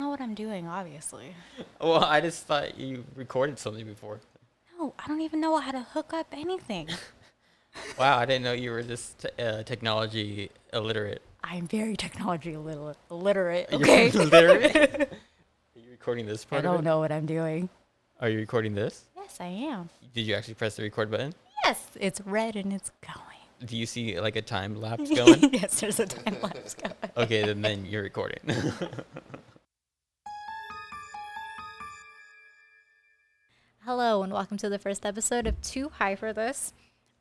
know what I'm doing, obviously. Well, I just thought you recorded something before. No, I don't even know how to hook up anything. Wow, I didn't know you were this t- uh, technology illiterate. I'm very technology illiterate. illiterate okay. You're illiterate. Are you recording this I part? of don't it? know what I'm doing. Are you recording this? Yes, I am. Did you actually press the record button? Yes, it's red and it's going. Do you see like a time lapse going? yes, there's a time lapse going. okay, then then you're recording. Hello, and welcome to the first episode of Too High for This.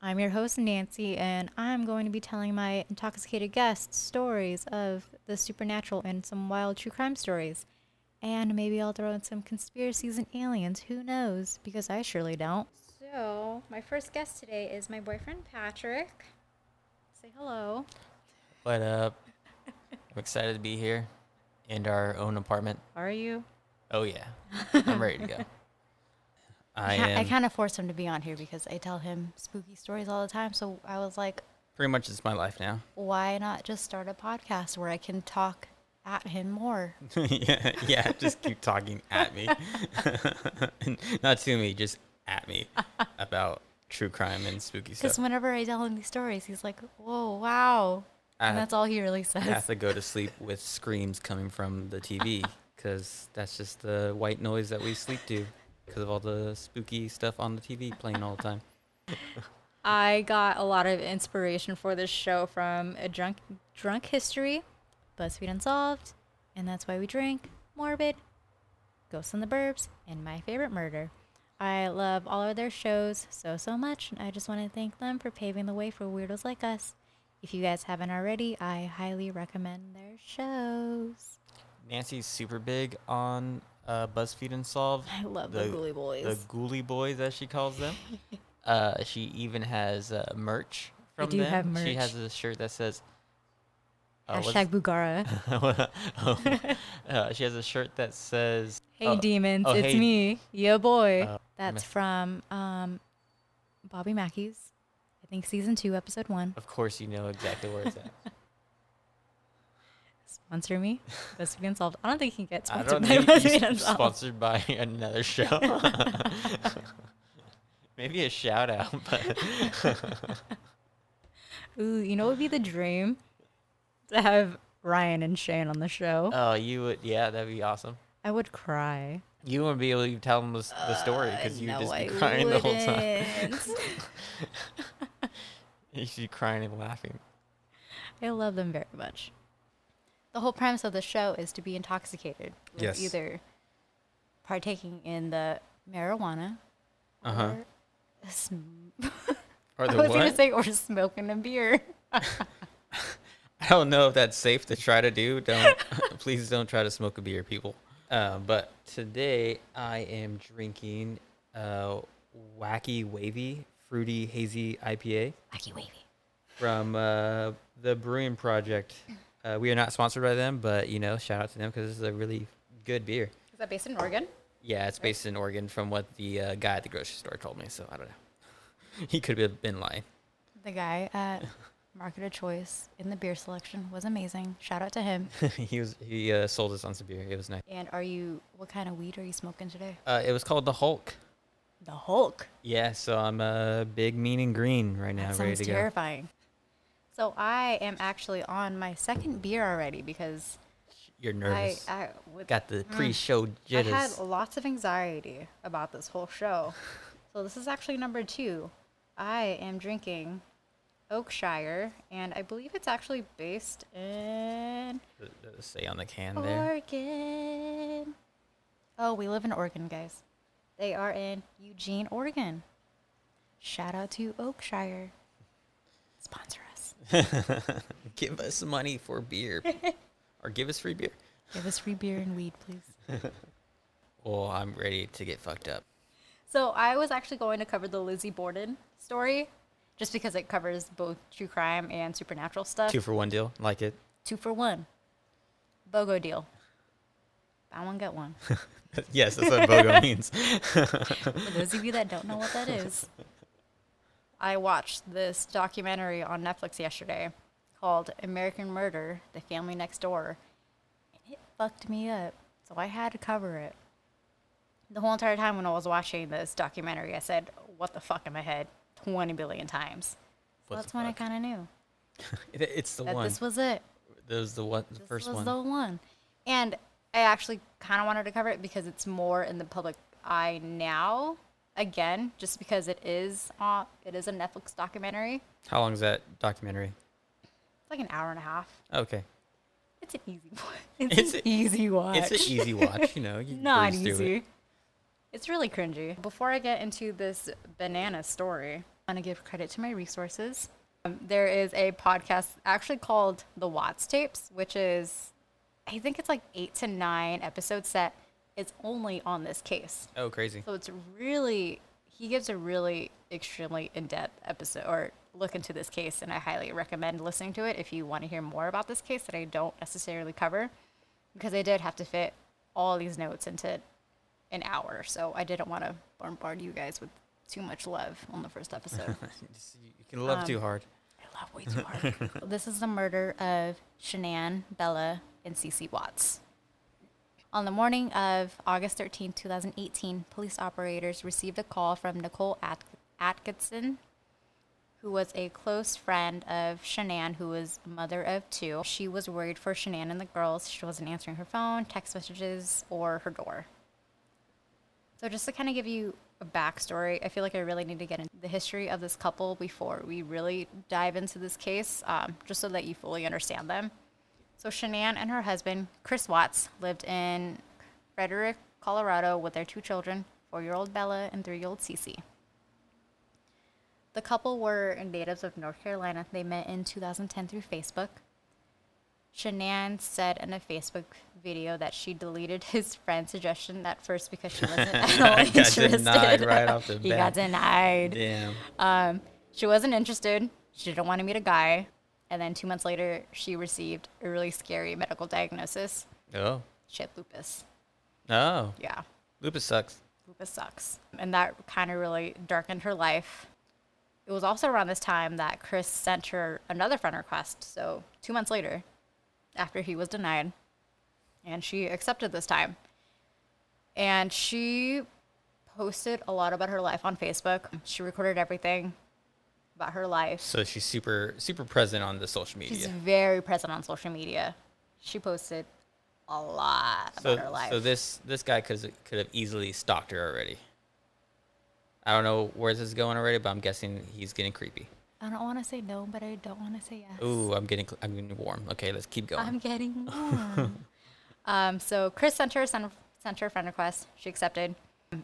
I'm your host, Nancy, and I'm going to be telling my intoxicated guests stories of the supernatural and some wild true crime stories. And maybe I'll throw in some conspiracies and aliens. Who knows? Because I surely don't. So, my first guest today is my boyfriend, Patrick. Say hello. what up? I'm excited to be here in our own apartment. How are you? Oh yeah, I'm ready to go. I am I kind of forced him to be on here because I tell him spooky stories all the time. So, I was like, pretty much it's my life now. why not just start a podcast where I can talk at him more? yeah, yeah, just keep talking at me. Not to me, just at me about true crime and spooky Because stuff. whenever I tell him these stories, he's like, whoa, wow. I And have- that's all he really I have says. to go to sleep with screams coming from the TV because that's just the white noise that we sleep to because of all the spooky stuff on the TV playing all the time. I got a lot of inspiration for this show from a drunk drunk history, BuzzFeed Unsolved. And that's why we drink. Morbid, Ghosts in the Burbs, and My Favorite Murder. I love all of their shows so so much, and I just want to thank them for paving the way for weirdos like us. If you guys haven't already, I highly recommend their shows. Nancy's super big on uh, BuzzFeed Unsolved. I love the, Ghoulie Boys. The Ghoulie Boys, as she calls them. uh, she even has uh, merch I from do them. have She merch. has a shirt that says. uh, what's- Hashtag Bugara. Oh, uh, she has a shirt that says Hey Oh, demons, oh, it's hey. me, yeah boy. Uh, That's mess- from um, Bobby Mackey's, I think season two, episode one. "Of course you know exactly where it's at." Sponsor me, BuzzFeed Unsolved. I don't think he can get I sponsored don't by need you BuzzFeed s- Unsolved. sponsored by another show. Maybe a shout out, but Ooh, you know what would be the dream? To have Ryan and Shane on the show. oh, you would, yeah, that'd be awesome. I would cry. You wouldn't be able to tell them the, s- the story Uh, because you'd no, just be I crying the whole time. wouldn't. You'd be crying and laughing. I love them very much. The whole premise of the show is to be intoxicated with Yes. either partaking in the marijuana Uh huh. or sm- Or I the was what? gonna say or smoking a beer. I don't know if that's safe to try to do. Don't please don't try to smoke a beer, people. Uh, but today I am drinking uh, wacky wavy fruity hazy IPA Wacky wavy. from uh, the Brewing Project. Uh, we are not sponsored by them, but you know, shout out to them because this is a really good beer. Is that based in Oregon? Yeah, it's based in Oregon, from what the uh, guy at the grocery store told me. So I don't know. he could have been lying. The guy at Market of Choice in the beer selection was amazing. Shout out to him. he was he uh, sold us on some beer. It was nice. and are you? What kind of weed are you smoking today? Uh, it was called the Hulk. The Hulk. Yeah, so I'm a uh, big mean and green right now, That ready sounds to terrifying. So I am actually on my second beer already because go. You're I, nervous. I, with, Got the pre-show I jitters. had lots of anxiety about this whole show. so this is actually number two. I am drinking Oakshire, and I believe it's actually based in Th- th- Say on the can Oh, there. Oregon. Oh, we live in Oregon, guys. They are in Eugene, Oregon. Shout out to Oakshire. Sponsor us. Give us money for beer, or give us free beer. Give us free beer and weed, please. Well, I'm ready to get fucked up. So I was actually going to cover the Lizzie Borden story, just because it covers both true crime and supernatural stuff. Two for one deal, like it. Two for one. BOGO deal. Buy one, get one. yes, that's what bogo means. For those of you that don't know what that is, I watched this documentary on Netflix yesterday called American Murder The Family Next Door. And it fucked me up. So I had to cover it. The whole entire time when I was watching this documentary, I said, What the fuck in my head 20 billion times. So What the that's when I fuck? kind of knew It, it's the that one. this was it. that was the one. The This first was one. the one. And I actually kind of wanted to cover it because it's more in the public eye now. Again, just because it is uh, it is a Netflix documentary. How long is that documentary? It's like an hour and a half. Okay, It's an easy one. It's, It's an a- easy watch. it's an easy watch. You know, you can Not breeze through easy. It. It's really cringy. Before I get into this banana story, I want to give credit to my resources. Um, there is a podcast actually called The Watts Tapes, which is, I think it's like eight to nine episodes that is only on this case. Oh, crazy. So it's really, he gives a really extremely in depth episode or look into this case. And I highly recommend listening to it if you want to hear more about this case that I don't necessarily cover because I did have to fit all these notes into an hour. So I didn't want to bombard you guys with too much love on the first episode. Just- you you can love Um, too hard. I love way too hard. this is the murder of Shanann, Bella, and Cece Watts. On the morning of August 13, 2018, police operators received a call from Nicole At- Atkinson, who was a close friend of Shanann, who was mother of two. She was worried for Shanann and the girls. She wasn't answering her phone, text messages, or her door. So, just to kind of give you a backstory, I feel like I really need to get into the history of this couple before we really dive into this case, um, just so that you fully understand them. So, Shanann and her husband, Chris Watts, lived in Frederick, Colorado, with their two children, four year old Bella and three year old Cece. The couple were natives of North Carolina. They met in 2010 through Facebook. Shanann said in a Facebook video that she deleted his friend's suggestion at first because she wasn't at all I got interested. denied right off the he got bat. denied. Damn. Um, she wasn't interested. She didn't want to meet a guy. And then two months later, she received a really scary medical diagnosis. Oh. She had lupus. Oh. Yeah, Lupus sucks. lupus sucks. And that kind of really darkened her life. It was also around this time that Chris sent her another friend request. So two months later, after he was denied, and she accepted this time. And she posted a lot about her life on Facebook. She recorded everything about her life. So she's super super present on the social She's media. very present on social media. She posted a lot So, about her life. so this this guy could could have easily stalked her already. I don't know where this is going already, but I'm guessing he's getting creepy. I don't want to say no, but I don't want to say yes. Ooh, I'm getting cl- I'm getting warm. Okay, let's keep going. I'm getting warm. um, so Chris sent her sent, sent her a friend request. She accepted.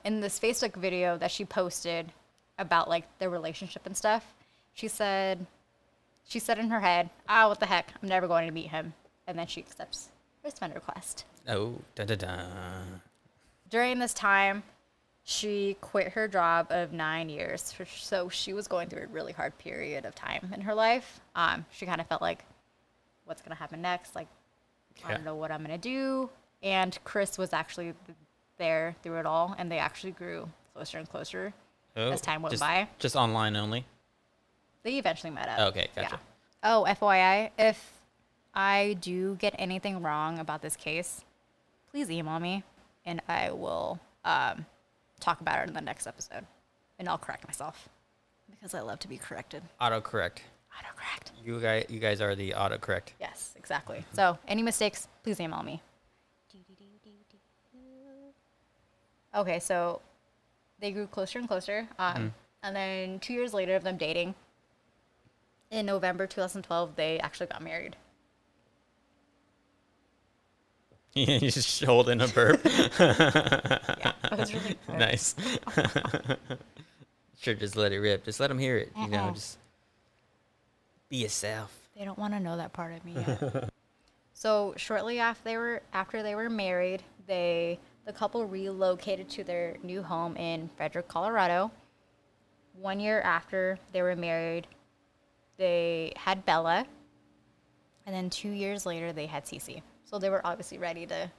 In this Facebook video that she posted about like their relationship and stuff, she said, she said in her head, "Ah, what the heck? I'm never going to meet him." And then she accepts his friend request. oh, dun dun dun. during this time, she quit her job of nine years. for- So she was going through a really hard period of time in her life. Um, she kind of felt like, what's going to happen next? Like, I Yeah. don't know what I'm going to do. And Chris was actually th- there through it all, and they actually grew closer and closer Oh, as time went just, by. Just online only. They eventually met up. Okay, gotcha. Oh, FYI, if I do get anything wrong about this case, please email me and I will um, talk about it in the next episode. And I'll correct myself because I love to be corrected. Autocorrect. Autocorrect. You guys you guys are the autocorrect. Yes, exactly. So, any mistakes, please email me. Okay, so they grew closer and closer. Um, And then two years later of them dating, in November 2012, they actually got married. You're just holding a burp. Yeah, that was really good. nice. sure, just let it rip. Just let them hear it. You know, Uh-uh. just be yourself. They don't want to know that part of me yet. so shortly after they were after they were married, they the couple relocated to their new home in Frederick, Colorado. One year after they were married, they had Bella, and then two years later they had Cece. So they were obviously ready to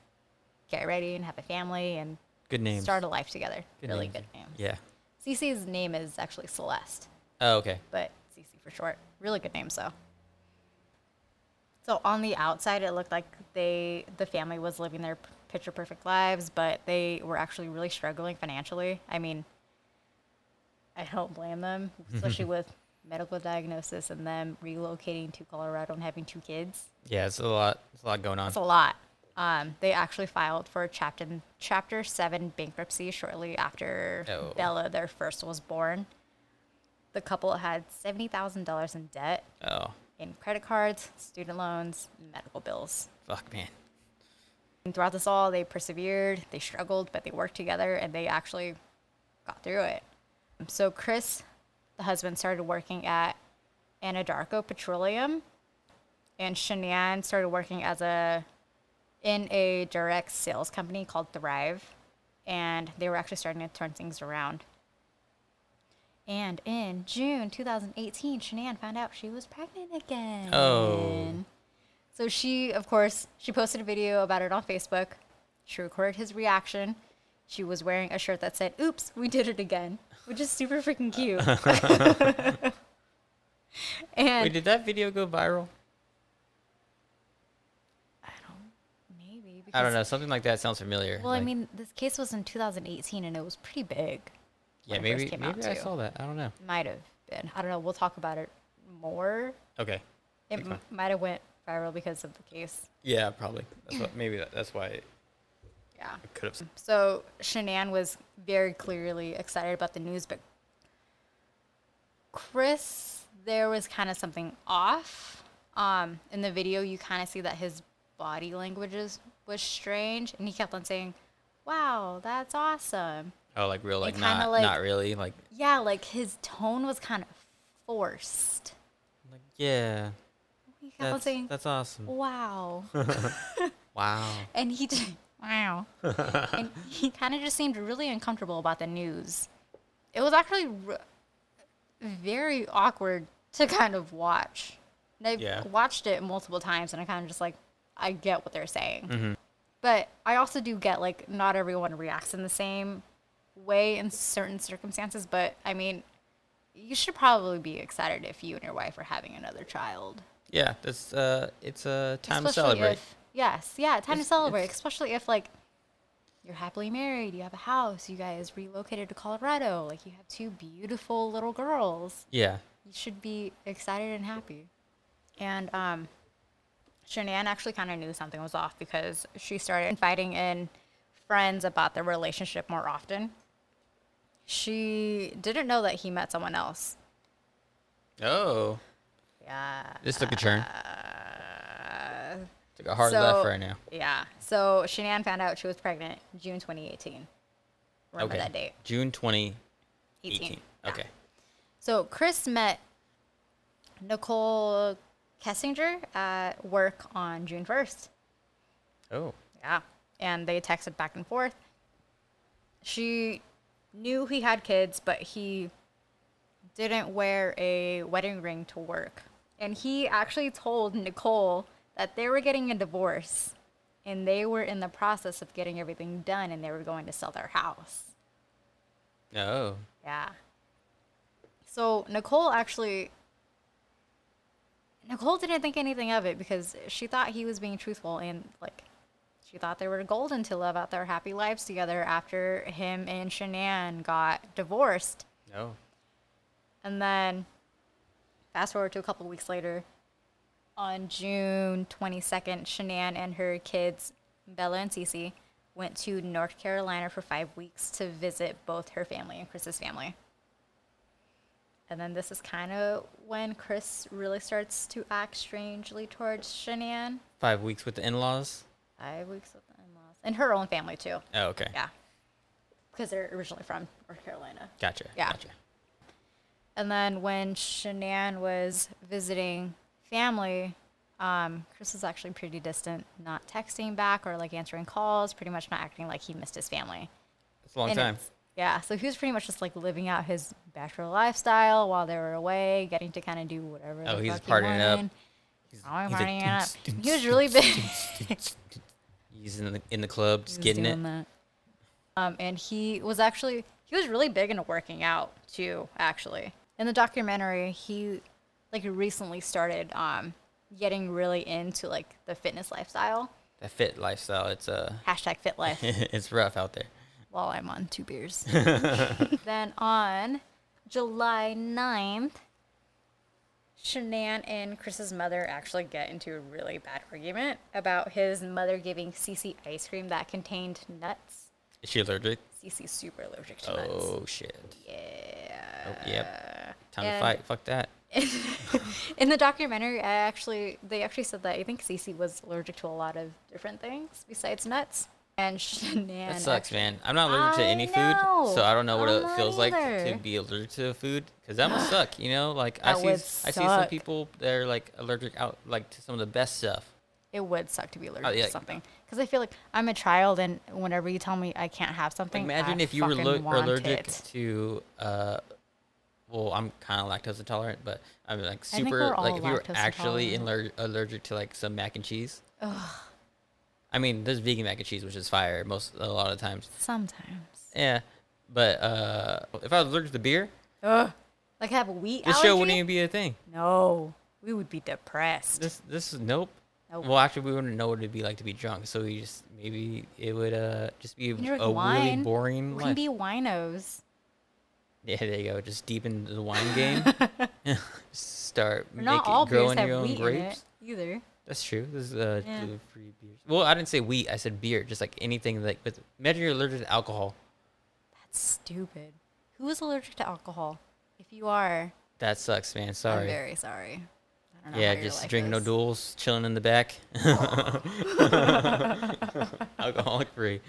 get ready and have a family and Good names. start a life together. really names. good name. Yeah. Cece's name is actually Celeste Oh, okay. but CC for short. Really good name, so. So on the outside, it looked like they the family was living their picture perfect lives, but they were actually really struggling financially. I mean, I don't blame them, especially with medical diagnosis and them relocating to Colorado and having two kids. Yeah, it's a lot. It's a lot going on. That's a lot. Um, they actually filed for chapter chapter seven bankruptcy shortly after Oh. Bella, their first, was born. The couple had seventy thousand dollars in debt Oh, in credit cards, student loans, and medical bills. fuck, man. And throughout this all, they persevered, they struggled, but they worked together and they actually got through it. Um, So Chris, the husband, started working at Anadarko Petroleum, and Shanann started working as a in a direct sales company called Thrive, and they were actually starting to turn things around. And in June 2018, Shanann found out she was pregnant again. Oh. So she, of course, she posted a video about it on Facebook. She recorded his reaction. She was wearing a shirt that said, Oops, we did it again, which is super freaking cute. and Wait, did that video go viral? I don't, maybe. Because, I don't know. Something like that sounds familiar. Well, I Like, mean, this case was in 2018 and it was pretty big. yeah, when it first maybe came out, maybe I too. saw that. I don't know. Might have been. I don't know. We'll talk about it more. Okay. It Okay. m- might have went viral because of the case. Yeah, probably. That's what, maybe that, that's why it Yeah. could have. So Shanann was very clearly excited about the news, but Chris, there was kind of something off. Um, in the video, you kind of see that his body language is, was strange, and he kept on saying, "Wow, that's awesome." Oh, like real, like It kinda not, like- not really, like, Yeah, like his tone was kind of forced. like yeah. He kept on That's, saying, that's awesome. "Wow." Wow. and he just wow and he kind of just seemed really uncomfortable about the news it was actually r- very awkward to kind of watch and i Yeah. watched it multiple times and i kind of just like i get what they're saying but i also do get like not everyone reacts in the same way in certain circumstances but i mean you should probably be excited if you and your wife are having another child Yeah, that's uh, it's a time to celebrate. if- yes, yeah, time to It's- celebrate, it's- especially if like you're happily married, you have a house, you guys relocated to Colorado, like you have two beautiful little girls. Yeah. You should be excited and happy. And um Shanann actually kind of knew something was off because she started inviting in friends about their relationship more often. She didn't know that he met someone else. Oh, Yeah. this took a turn. Uh, Took a hard left right now. Yeah. So Shanann found out she was pregnant June 2018. Remember okay. that date? June 2018. 18. Yeah. Okay. So Chris met Nicole Kessinger at work on June 1st. Oh. Yeah. And they texted back and forth. She knew he had kids, but he didn't wear a wedding ring to work. And he actually told Nicole that they were getting a divorce and they were in the process of getting everything done and they were going to sell their house. Oh. Yeah. So Nicole actually Nicole didn't think anything of it because she thought he was being truthful and like she thought they were golden to live out their happy lives together after him and Shanann got divorced. No. And then fast forward to a couple weeks later, on June 22nd, Shanann and her kids, Bella and Cece, went to North Carolina for five weeks to visit both her family and Chris's family. And then this is kind of when Chris really starts to act strangely towards Shanann. Five weeks with the in-laws. Five weeks with the in-laws. And her own family, too. Oh, okay. Yeah. Because they're originally from North Carolina. Gotcha. Yeah. Gotcha. And then when Shanann was visiting family, um, Chris was actually pretty distant, not texting back or like answering calls, pretty much not acting like he missed his family. It's a long And time. it's- Yeah, so he was pretty much just like living out his bachelor lifestyle while they were away, getting to kind of do whatever. Oh, the he's fuck he partying up. wanted. He's, Oh, I'm he's like, partying up. "Dunce, dunce, He was really dunce, big. dunce, dunce, dunce." He's in the in the club, just was getting it. doing that. Um, and he was actually he was really big into working out too. Actually, in the documentary, he like recently started um, getting really into like the fitness lifestyle. that fit lifestyle. It's uh, Hashtag fit life it's rough out there. while I'm on two beers. then on July 9th, Shanann and Chris's mother actually get into a really bad argument about his mother giving Cece ice cream that contained nuts. Is she allergic? Cece's super allergic to nuts. Oh shit. Yeah. Oh, yep. Time to and- fight. Fuck that. In the documentary, I actually they actually said that I think Cece was allergic to a lot of different things besides nuts. And Shanann That sucks, man. I'm not allergic to I any food, so know. I don't know what I'm it not feels like to either. be allergic to food, because that must suck. You know, like I That see, would s- I see some suck. people they're like allergic out like to some of the best stuff. it would suck to be allergic Oh, yeah. to something because I feel like I'm a child, and whenever you tell me I can't have something, Imagine I if you were fucking lo- want allergic it. to, uh, well, I'm kind of lactose intolerant, but I'm like think super we're all like if you were lactose actually aller- allergic to like some mac and cheese. I mean, there's vegan mac and cheese, which is fire most a lot of times. sometimes. Yeah, but uh, if I was allergic to beer, Ugh. Like have wheat this allergy. show wouldn't even be a thing. no, we would be depressed. This this is nope. Nope. Well, actually, we wouldn't know what it'd be like to be drunk, so we just maybe it would uh just be a can drink really wine. boring we life. can be winos. yeah, there you go. Just deep into the wine game. Start Or making not all beers growing have your own wheat in grapes. it either. That's true. This is uh Yeah. two free beers. Well, I didn't say wheat. I said beer. Just like anything like with. Imagine you're allergic to alcohol. That's stupid. Who is allergic to alcohol? If you are, That sucks, man. I'm Sorry. very sorry. I don't know Yeah, how your just life drinking no is. duels, chilling in the back. Alcoholic free.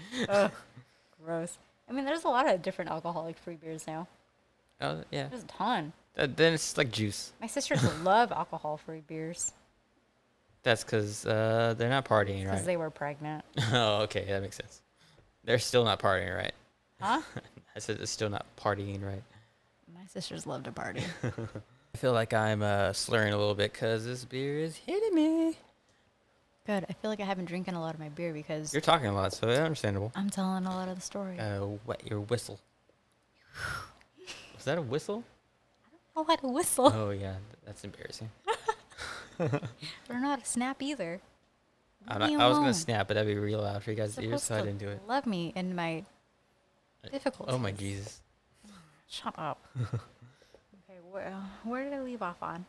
Gross. I mean, there's a lot of different alcoholic-free beers now. Oh yeah. There's a ton. Uh, then it's like juice. My sisters love alcohol-free beers. That's because uh, they're not partying, because right? they were pregnant. oh, okay, that makes sense. They're still not partying, right? Huh? I said they're still not partying, right? My sisters love to party. I feel like I'm uh, slurring a little bit because this beer is hitting me. Good. I feel like I haven't drinking a lot of my beer because You're talking a lot, so that's understandable. I'm telling a lot of the story. Uh, wet your whistle. Was that a whistle? oh, I had a whistle. Oh yeah, that's embarrassing. They're not a snap either. I'm Leave not, me I was gonna alone. snap, but that'd be real loud for you guys' You're ears, so supposed I to didn't do it. Love me in my difficulties. Oh my Jesus. Shut up. okay, where, where did I leave off on?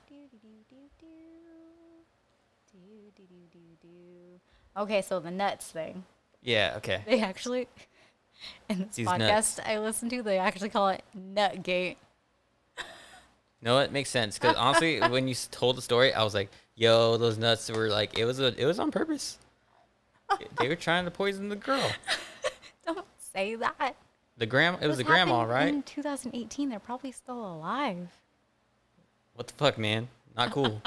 Okay, so the nuts thing. Yeah. Okay. They actually, in this These podcast nuts. I listen to, they actually call it Nutgate. No, it makes sense because honestly, when you s- told the story, I was like, "Yo, those nuts were like it was a it was on purpose. they were trying to poison the girl, Don't say that. the grandma. It was the This grandma, happened right? In 2018, they're probably still alive. What the fuck, man? Not cool.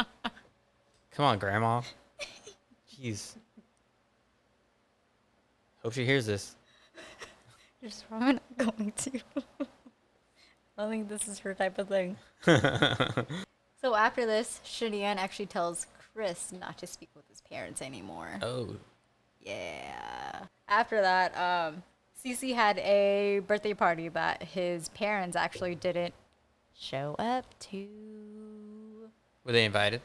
Come on, grandma. Jeez. Hope she hears this. Just probably not going to. I don't think this is her type of thing. so after this, Shanann actually tells Chris not to speak with his parents anymore. Oh, Yeah. After that, um, Cece had a birthday party that his parents actually didn't show up to. were they invited?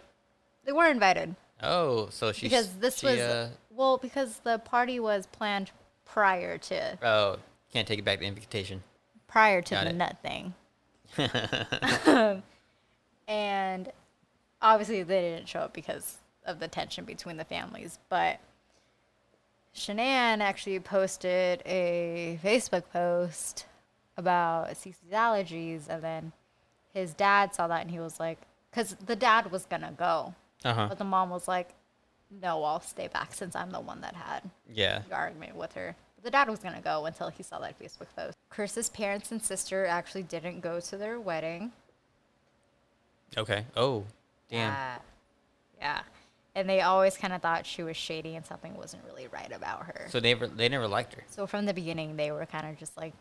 They were invited. Oh, so she because this she, was uh, well because the party was planned prior to oh can't take it back the invitation. prior to got the it. nut thing and obviously they didn't show up because of the tension between the families but shanann actually posted a facebook post about cece's allergies and then his dad saw that and he was like because the dad was gonna go Uh huh. but the mom was like no i'll stay back since i'm the one that had Yeah. the argument with her. The dad was going to go until he saw that Facebook post. Chris's parents and sister actually didn't go to their wedding. Okay. Oh, damn. Yeah. Uh, Yeah. And they always kind of thought she was shady and something wasn't really right about her. So, So they never they never liked her. from the beginning, they were kind of just like,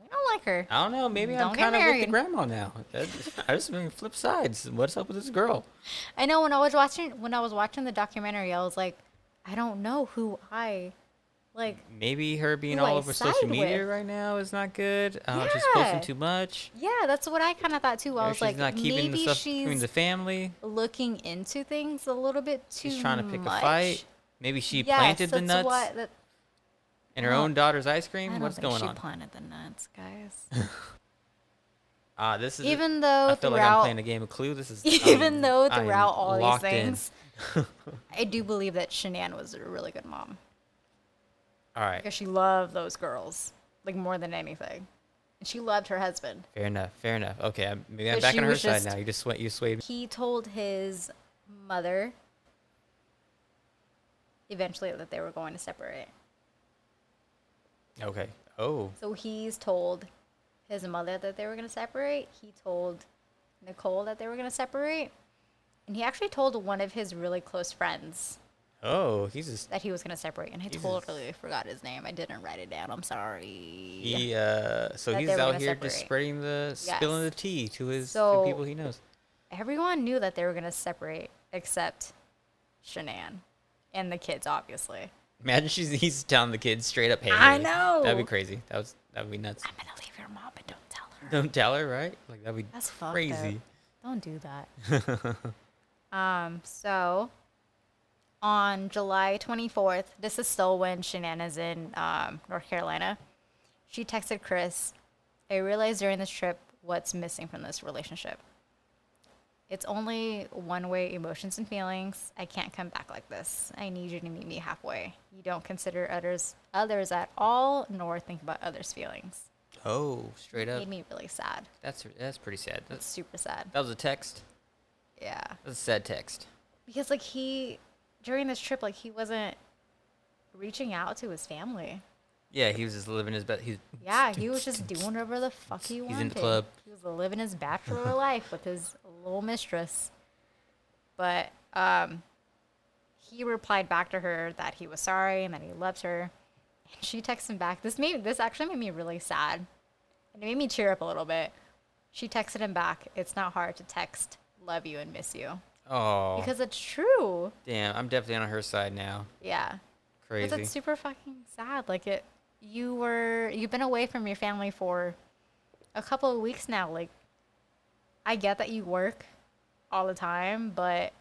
we don't like her. I don't know. Maybe I'm Don't get kind of with the married. grandma now. That- I just been flip sides. What's up with this girl? I know when I was watching when I was watching the documentary, I was like, I don't know who I like. Maybe her being Who all I over social side media with. right now is not good. Uh, She's posting Yeah. too much. Yeah, that's what I kind of thought too. I or was she's like, not keeping the maybe stuff between she's the family. looking into things a little bit too She's trying to pick much. a fight. Maybe she planted the nuts that, in her well, own daughter's ice cream. I don't What's think going she on? planted the nuts, guys. Ah, this is even though I feel like I'm throughout, playing a game of Clue. This is even I'm- though I'm throughout all these locked in. things, I do believe that Shanann was a really good mom All right, because she loved those girls like more than anything, and she loved her husband. fair enough, fair enough. Okay, I'm, maybe I'm But back she on her was side just- now. You just sway, you swayed. me. He told his mother eventually that they were going to separate. Okay. Oh, So he's told his mother that they were going to separate. He told Nicole that they were going to separate. And he actually told one of his really close friends oh, he's just that he was going to separate. And I Jesus. totally forgot his name. I didn't write it down. I'm sorry. he. Uh, so That he's they were out gonna here just separate. spreading the spilling the Yes. tea to his So- to people he knows. Everyone knew that they were going to separate except Shanann and the kids, obviously. Imagine she's he's telling the kids straight up, "Hey, I that'd be know. crazy. That was that would be nuts. I'm going to leave your mom and don't tell her. Don't tell her, right? Like that'd be That's fucked up. crazy. Don't do that. um, so on July 24th, this is still when Shanann is in um, North Carolina. She texted Chris, I realized during this trip what's missing from this relationship. It's only one way emotions and feelings. I can't come back like this. I need you to meet me halfway. You don't consider others others at all, nor think about others' feelings. Oh, straight up. Made me really sad. That's that's pretty sad. That's, Super sad. that was a text. Yeah. That's a sad text. because like he during this trip like he wasn't reaching out to his family Yeah, he was just living his best. He's yeah he was just doing whatever the fuck he wanted He's in the club. he was living his bachelor life with his little mistress but um he replied back to her that he was sorry and that he loved her and she texts him back this made this actually made me really sad and it made me cheer up a little bit she texted him back it's not hard to text love you and miss you oh because it's true damn. I'm definitely on her side now. yeah Crazy. But that's super fucking sad. Like it, you were you've been away from your family for a couple of weeks now. Like, I get that you work all the time, but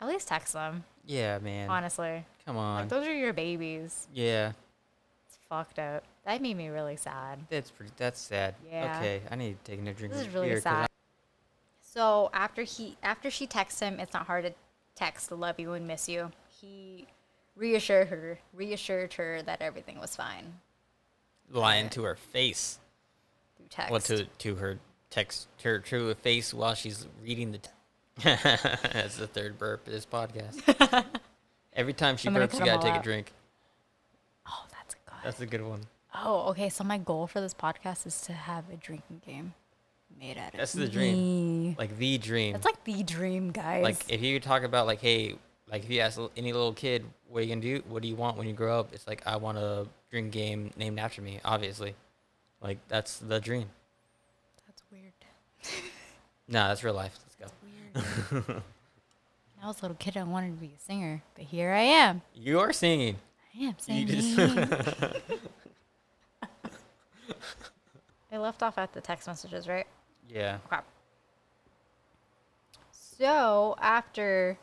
at least text them. yeah, man. Honestly, Come on. like those are your babies. yeah, It's fucked up. That made me really sad. that's pretty. That's sad. Yeah. Okay, I need to take another drink. This of is really beer 'cause sad. So after he after she texts him, it's not hard to text love you and miss you. He reassured her, reassured her that everything was fine I'm lying to her face. through text. Well, to to her text her true face while she's reading the. T- That's the third burp of this podcast. Every time she I'm gonna burps, you cut 'em gotta all take a out. drink. oh, that's good. That's a good one. Oh, okay. So my goal for this podcast is to have a drinking game made out of That's the dream. me. Like the dream. That's like the dream, guys. like if you talk about like hey like if you ask l- any little kid what are you gonna do what do you want when you grow up it's like i want a dream game named after me obviously like that's the dream that's weird. no that's real life let's go Weird. when I was a little kid, I wanted to be a singer, but here I am. you are singing I am you singing. just I left off at the text messages, right? yeah crap. So after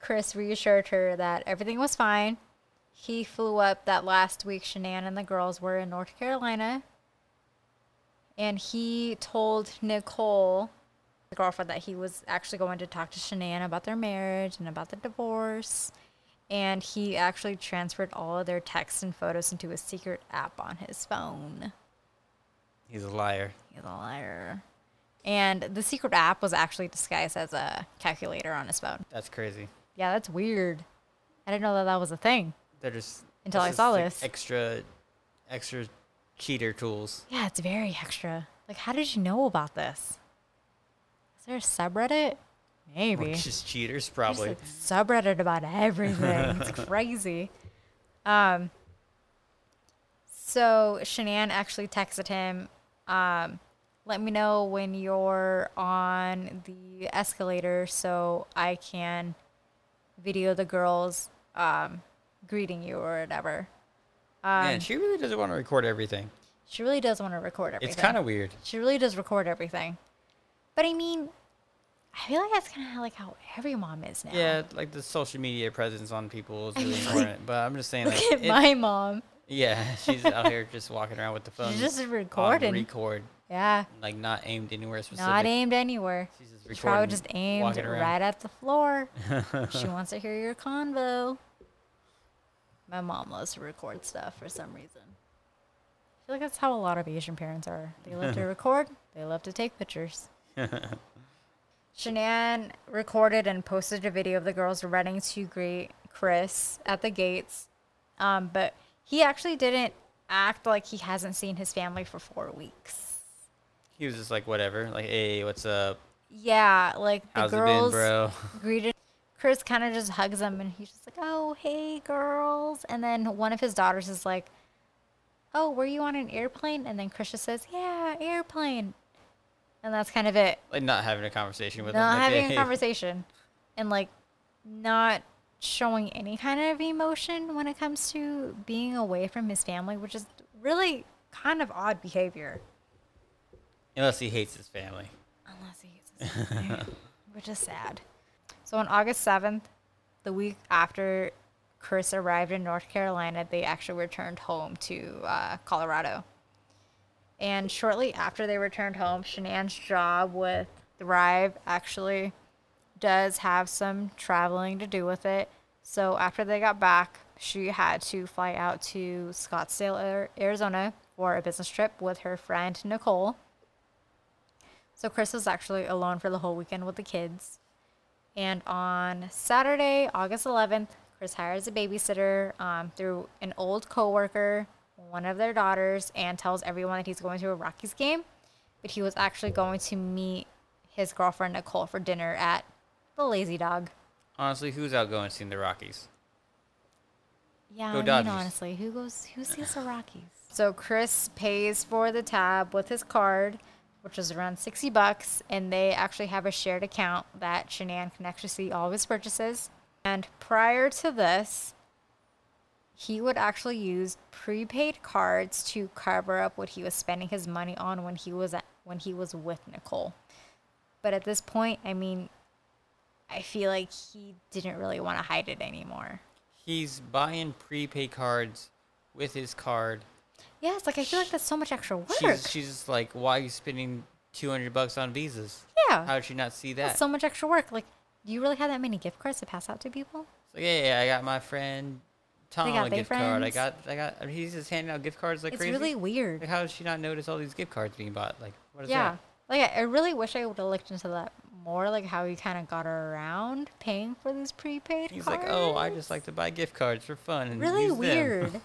Chris reassured her that everything was fine, he flew up that last week. Shanann and the girls were in North Carolina, and he told Nicole, the girlfriend, that he was actually going to talk to Shanann about their marriage and about the divorce. And he actually transferred all of their texts and photos into a secret app on his phone. he's a liar He's a liar. And the secret app was actually disguised as a calculator on his phone. that's crazy Yeah, that's weird. I didn't know that that was a thing. they're just Until that's I just, saw like, this. extra extra cheater tools Yeah, it's very extra. Like, how did you know about this? Is there a subreddit? Or Maybe. There's just cheaters a probably subreddit about everything. it's crazy. Um, so Shanann actually texted him, um, let me know when you're on the escalator so I can video the girls um, greeting you or whatever. uh, man she really doesn't want to record everything She really does want to record everything. it's kind of weird She really does record everything. But I mean, I feel like that's kind of like how every mom is now. Yeah, like the social media presence on people is I really mean, like, important. but I'm just saying, like, Look at it- my mom. yeah, she's out here just walking around with the phone. She's just on recording. record, yeah. like not aimed anywhere specific. Not aimed anywhere. She's just She recording. probably just aimed walking right around. at the floor. she wants to hear your convo. My mom loves to record stuff for some reason. I feel like that's how a lot of Asian parents are. They love to record, they love to take pictures. Shanann recorded and posted a video of the girls running to greet Chris at the gates. Um, but he actually didn't act like he hasn't seen his family for four weeks. He was just like, whatever. Like, hey, what's up? Yeah, like the How's girls it been, bro? greeted Chris kind of just hugs him and he's just like, "Oh, hey girls." And then one of his daughters is like, "Oh, were you on an airplane?" And then Chris just says, "Yeah, airplane." And that's kind of it. Like, not having a conversation with Not him. like, having "Hey." a conversation and like not showing any kind of emotion when it comes to being away from his family, which is really kind of odd behavior. Unless he hates his family. Unless he uses his name, which is sad. So on August 7th, the week after Chris arrived in North Carolina, they actually returned home to uh, Colorado. And shortly after they returned home, Shanann's job with Thrive actually does have some traveling to do with it. So after they got back, she had to fly out to Scottsdale, Ar- Arizona for a business trip with her friend Nicole. So Chris was actually alone for the whole weekend with the kids. And on Saturday, August 11th, Chris hires a babysitter um, through an old coworker, one of their daughters, and tells everyone that he's going to a Rockies game. But he was actually going to meet his girlfriend Nicole for dinner at the Lazy Dog. Honestly, who's out going seeing the Rockies? Yeah, Go I mean, Dodgers. honestly, who goes? Who sees the Rockies? So Chris pays for the tab with his card, which is around sixty bucks, and they actually have a shared account that Shanann can actually see all of his purchases. And prior to this, he would actually use prepaid cards to cover up what he was spending his money on when he was at, when he was with Nicole. But at this point, I mean, I feel like he didn't really want to hide it anymore. He's buying prepaid cards with his card. Yeah, it's like I feel like that's so much extra work. She's, she's just like, why are you spending 200 bucks on visas? yeah, How did she not see that? that's so much extra work. Like, do you really have that many gift cards to pass out to people? It's like, yeah, yeah, I got my friend Tom got a big gift card. I friends. got, I got. I mean, he's just handing out gift cards like it's crazy. really weird. Like, how did she not notice all these gift cards being bought? Like, what is Yeah, that? like I, I really wish I would have looked into that more, like how he kind of got around paying for these prepaid. He's cards. like, oh, I just like to buy gift cards for fun. And really use them." weird,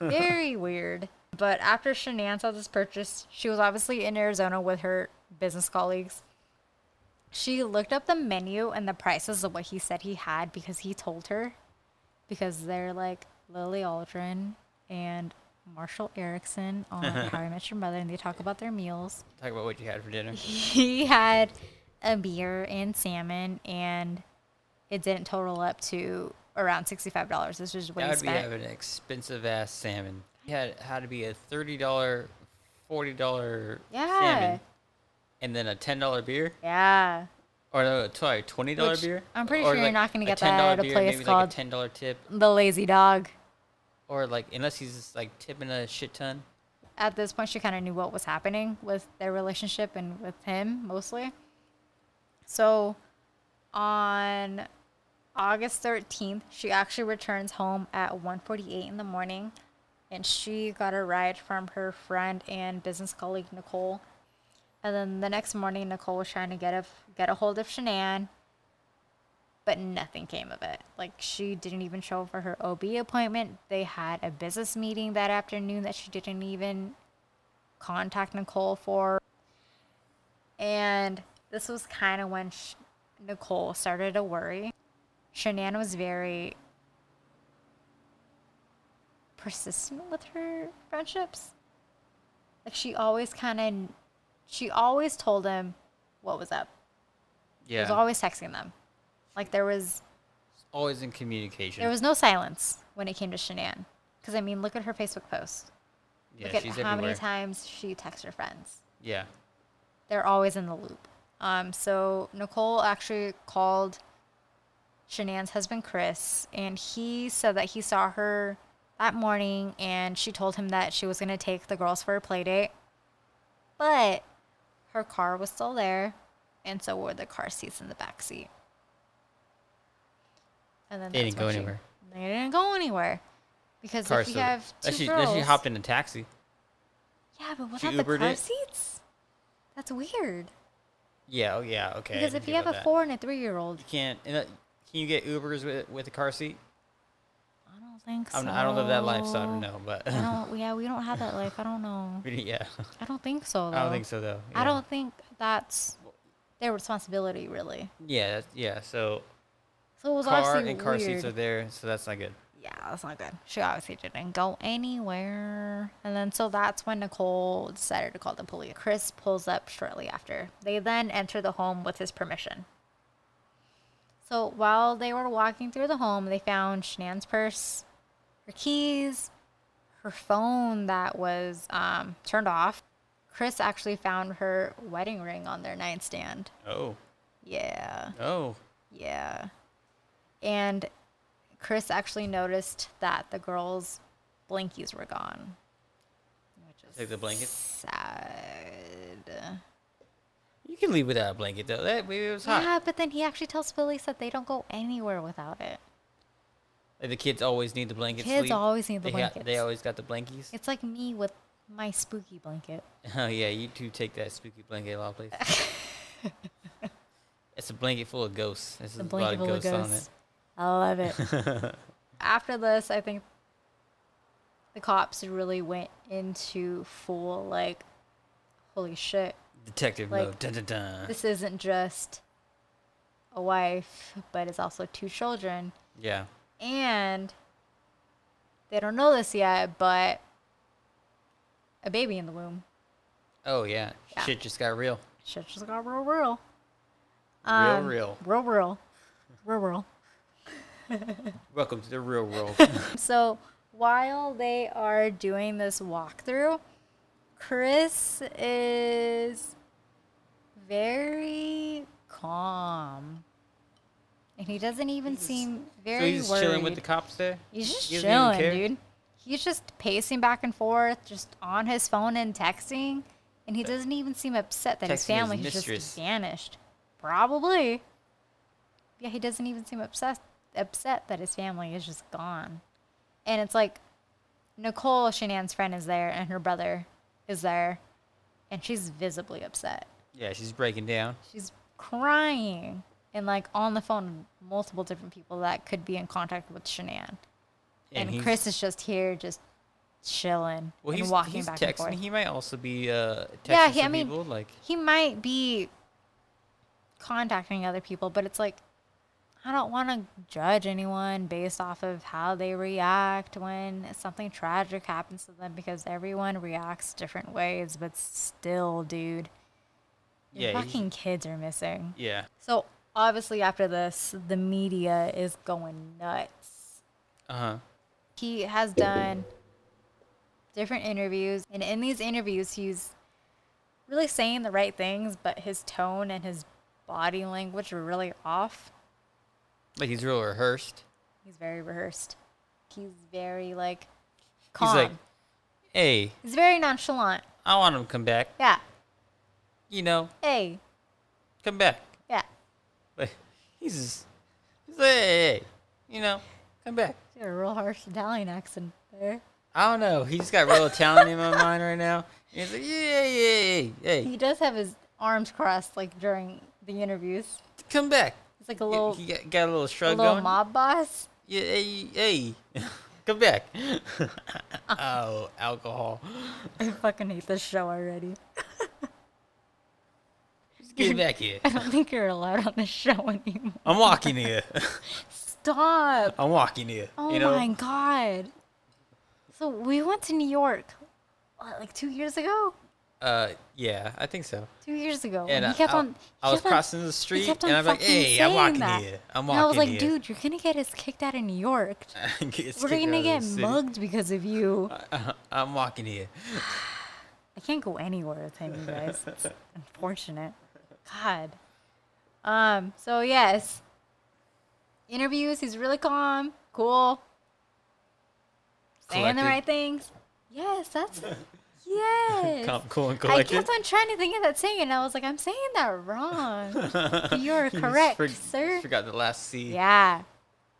very weird. But after Shanann saw this purchase, she was obviously in Arizona with her business colleagues. She looked up the menu and the prices of what he said he had because he told her because they're like Lily Aldrin and Marshall Erickson on How I Met Your Mother, and they talk about their meals. Talk about what you had for dinner. He had a beer and salmon, and it didn't total up to around sixty-five dollars. This is what That he would be spent. having an expensive ass salmon. He had had to be a thirty dollar, forty dollar Yeah. salmon, and then a ten dollar beer, yeah, or no, sorry, twenty dollar Which beer. I'm pretty or sure you're not gonna a get that $10 at a beer, place maybe like called- a ten dollar tip, the lazy dog. or like unless he's just like tipping a shit ton. At this point, she kind of knew what was happening with their relationship and with him mostly. So, on August 13th, she actually returns home at 1:48 in the morning and she got a ride from her friend and business colleague Nicole. And then the next morning Nicole was trying to get a get a hold of Shanann, but nothing came of it. Like she didn't even show up for her OB appointment. They had a business meeting that afternoon that she didn't even contact Nicole for. And this was kind of when sh- Nicole started to worry. Shanann was very persistent with her friendships. Like she always kind of, she always told him what was up. She Yeah, was always texting them. Like there was, always in communication. there was no silence when it came to Shanann. Because I mean, look at her Facebook post. yeah, look at she's how everywhere. many times she texts her friends. Yeah, They're always in the loop. Um, so Nicole actually called Shanann's husband, Chris, and he said that he saw her that morning and she told him that she was going to take the girls for a play date. But her car was still there, and so were the car seats in the back seat. And then They that's didn't go when she- anywhere. They didn't go anywhere because Car if you still- have two Unless she, girls, unless she hopped in a taxi. yeah, but she without the Ubered car it. seats, that's weird. Yeah, oh, yeah, okay. I Because didn't if you think have a about that. four and a three-year-old, you can't. and that- Can you get Ubers with with a car seat? I don't think I'm, so. I don't live that life, so I don't know. But I don't. Yeah, we don't have that life. I don't know. yeah, I don't think so. Though. I don't think so though. I yeah. don't think that's their responsibility, really. Yeah, that's- yeah. So So it was car obviously and car weird. seats are there, so that's not good. yeah, that's not good. She obviously didn't go anywhere. And then so that's when Nicole decided to call the police. Chris pulls up shortly after. They then enter the home with his permission. So while they were walking through the home, they found Shanann's purse, her keys, her phone that was um, turned off. Chris actually found her wedding ring on their nightstand. Oh, Yeah. oh, Yeah. And Chris actually noticed that the girls' blankies were gone. Which is Like the blankets? Sad. you can leave without a blanket though. That maybe it was hot. Yeah, but then he actually tells Felice that they don't go anywhere without it. Like the kids always need the blankets. Kids sleep. always need the They got- they blankets. always got the blankies. It's like me with my spooky blanket. Oh yeah, you two take that spooky blanket off, please. it's a blanket full of ghosts. It's The a lot blanket of full of ghosts, ghosts. I love it. on it. After this, I think the cops really went into full, like, holy shit, Detective Like, mode. Dun, dun, dun. this isn't just a wife, but it's also two children. yeah. And they don't know this yet, but a baby in the womb. Oh yeah. Yeah. Shit just got real. Shit just got real, real. Um, real, Real, real. real. Real, real. Welcome to the real world. So while they are doing this walkthrough, Chris is very calm. And he doesn't even seem so very he's just worried. chilling with the cops there. He's just He doesn't even chilling, care? dude. He's just pacing back and forth, just on his phone and texting, and he doesn't even seem upset that Uh, Texting his his family has mistress. just vanished. Probably. Yeah, he doesn't even seem upset upset that his family is just gone. And it's like Nicole, Shanann's friend, is there, and her brother is there, and she's visibly upset. Yeah, she's breaking down. She's crying and like on the phone with multiple different people that could be in contact with Shanann and, he's- Chris is just here, just chilling well, and he's, walking he's back texting. and forth. He, He might also be uh, texting Yeah, he- I some mean- people. Like, might be contacting other people, but it's like I don't want to judge anyone based off of how they react when something tragic happens to them because everyone reacts different ways. But still, dude, your yeah, he's- fucking kids are missing. yeah. So obviously, after this, the media is going nuts. Uh huh. he has done different interviews and in these interviews he's really saying the right things but his tone and his body language are really off Like he's real rehearsed. he's very rehearsed he's very like calm He's like, hey, he's very nonchalant I want him to come back. yeah You know, hey come back. yeah Like, he's just, he's like, hey, hey, you know, come back. he had a real harsh italian accent there I don't know. He's got real Italian in my mind right now. And he's like, yeah, yeah, yeah, hey, he does have his arms crossed like during the interviews come back. he's like a He- little, he got, got a little a shrug little going. mob boss Yeah, hey, hey, come back. oh, alcohol. i fucking hate this show already Get back here. i don't think you're allowed on this show anymore I'm walking here. Stop. I'm walking here. Oh you know? my god. So we went to New York what, like two years ago? Uh, yeah, I think so. Two years ago. And And I, Oh, he kept I- on I he was kept on- crossing the he street, kept and on I'm like, fucking "Hey, I'm saying walking that." here. I'm And I was walking like, here." dude, you're gonna get us kicked out of New York. Gets We're kicked out gonna of get the city. mugged because of you. I- I'm walking here. I can't go anywhere with him, you guys. It's unfortunate. God. Um, so yes. Interviews, he's really calm, cool. Saying Collected. the right things. Yes, that's yes. Calm, cool, and I collected. kept on trying to think of that saying and I was like, I'm saying that wrong. You're You just correct, forg- sir. just Forgot the last C. yeah.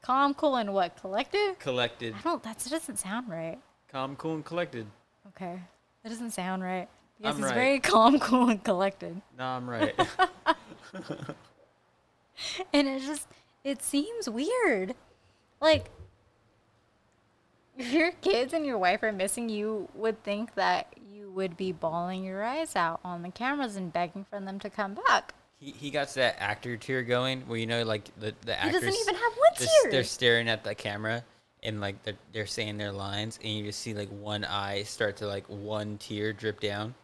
Calm, cool, and what? Collected? Collected. I don't that doesn't sound right. Calm, cool, and collected. Okay. That doesn't sound right. Because I'm he's right. very calm, cool, and collected. Nah, I'm right. And it just it seems weird. Like if your kids and your wife are missing, you would think that you would be bawling your eyes out on the cameras and begging for them to come back. he, he got that actor tier going where you know like the the He actors doesn't even have one they're, tear. they're staring at the camera and like they're, they're saying their lines and you just see like one eye start to like one tear drip down.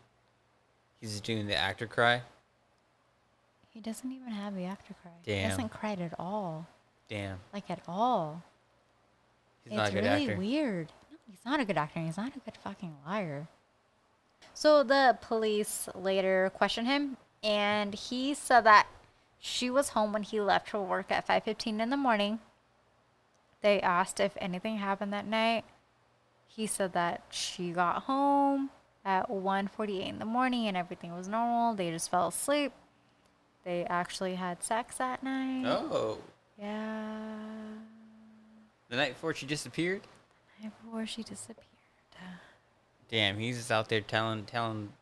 He's just doing the actor cry. He doesn't even have the actor cry. He Damn. doesn't cry at all. Damn, Like at all. he's not a it's good really actor. weird. No, he's not a good actor. and He's not a good fucking liar. So the police later questioned him, and he said that she was home when he left for work at 5:15 in the morning. They asked if anything happened that night. He said that she got home at 1:48 in the morning and everything was normal. They just fell asleep. They actually had sex that night. Oh, Yeah. the night before she disappeared. Before she disappeared. Damn, he's just out there telling telling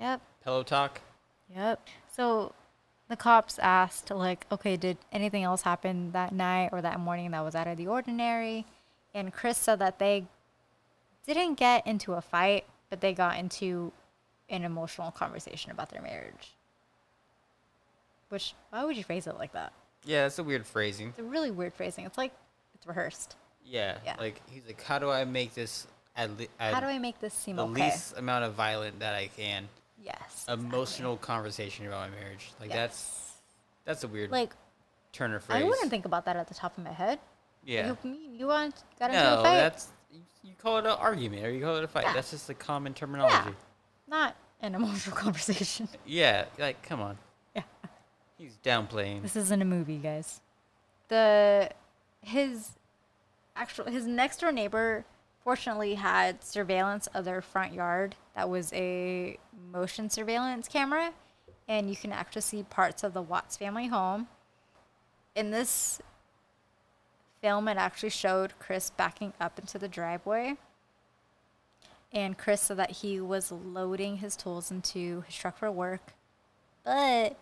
Yep, pillow talk. yep. So the cops asked, like, okay, did anything else happen that night or that morning that was out of the ordinary? And Chris said that they didn't get into a fight, but they got into an emotional conversation about their marriage. Which, why would you phrase it like that? Yeah, that's a weird phrasing. It's a really weird phrasing. It's like it's rehearsed. Yeah, Yeah. like he's like, how do I make this at, le- at How do I make this seem the okay? least amount of violent that I can? yes. Emotional conversation about my marriage. Like that's Yes. that's a weird like turn of phrase. I wouldn't think about that at the top of my head. Yeah. You mean you want got into no, a fight? that's you- you call it an argument or you call it a fight. Yeah. That's just the common terminology. Not an emotional conversation. Yeah. like come on. Yeah. He's downplaying. This isn't a movie, guys. The his actual his next door neighbor fortunately had surveillance of their front yard that was a motion surveillance camera and you can actually see parts of the Watts family home. In this film it actually showed Chris backing up into the driveway. And Chris said that he was loading his tools into his truck for work. But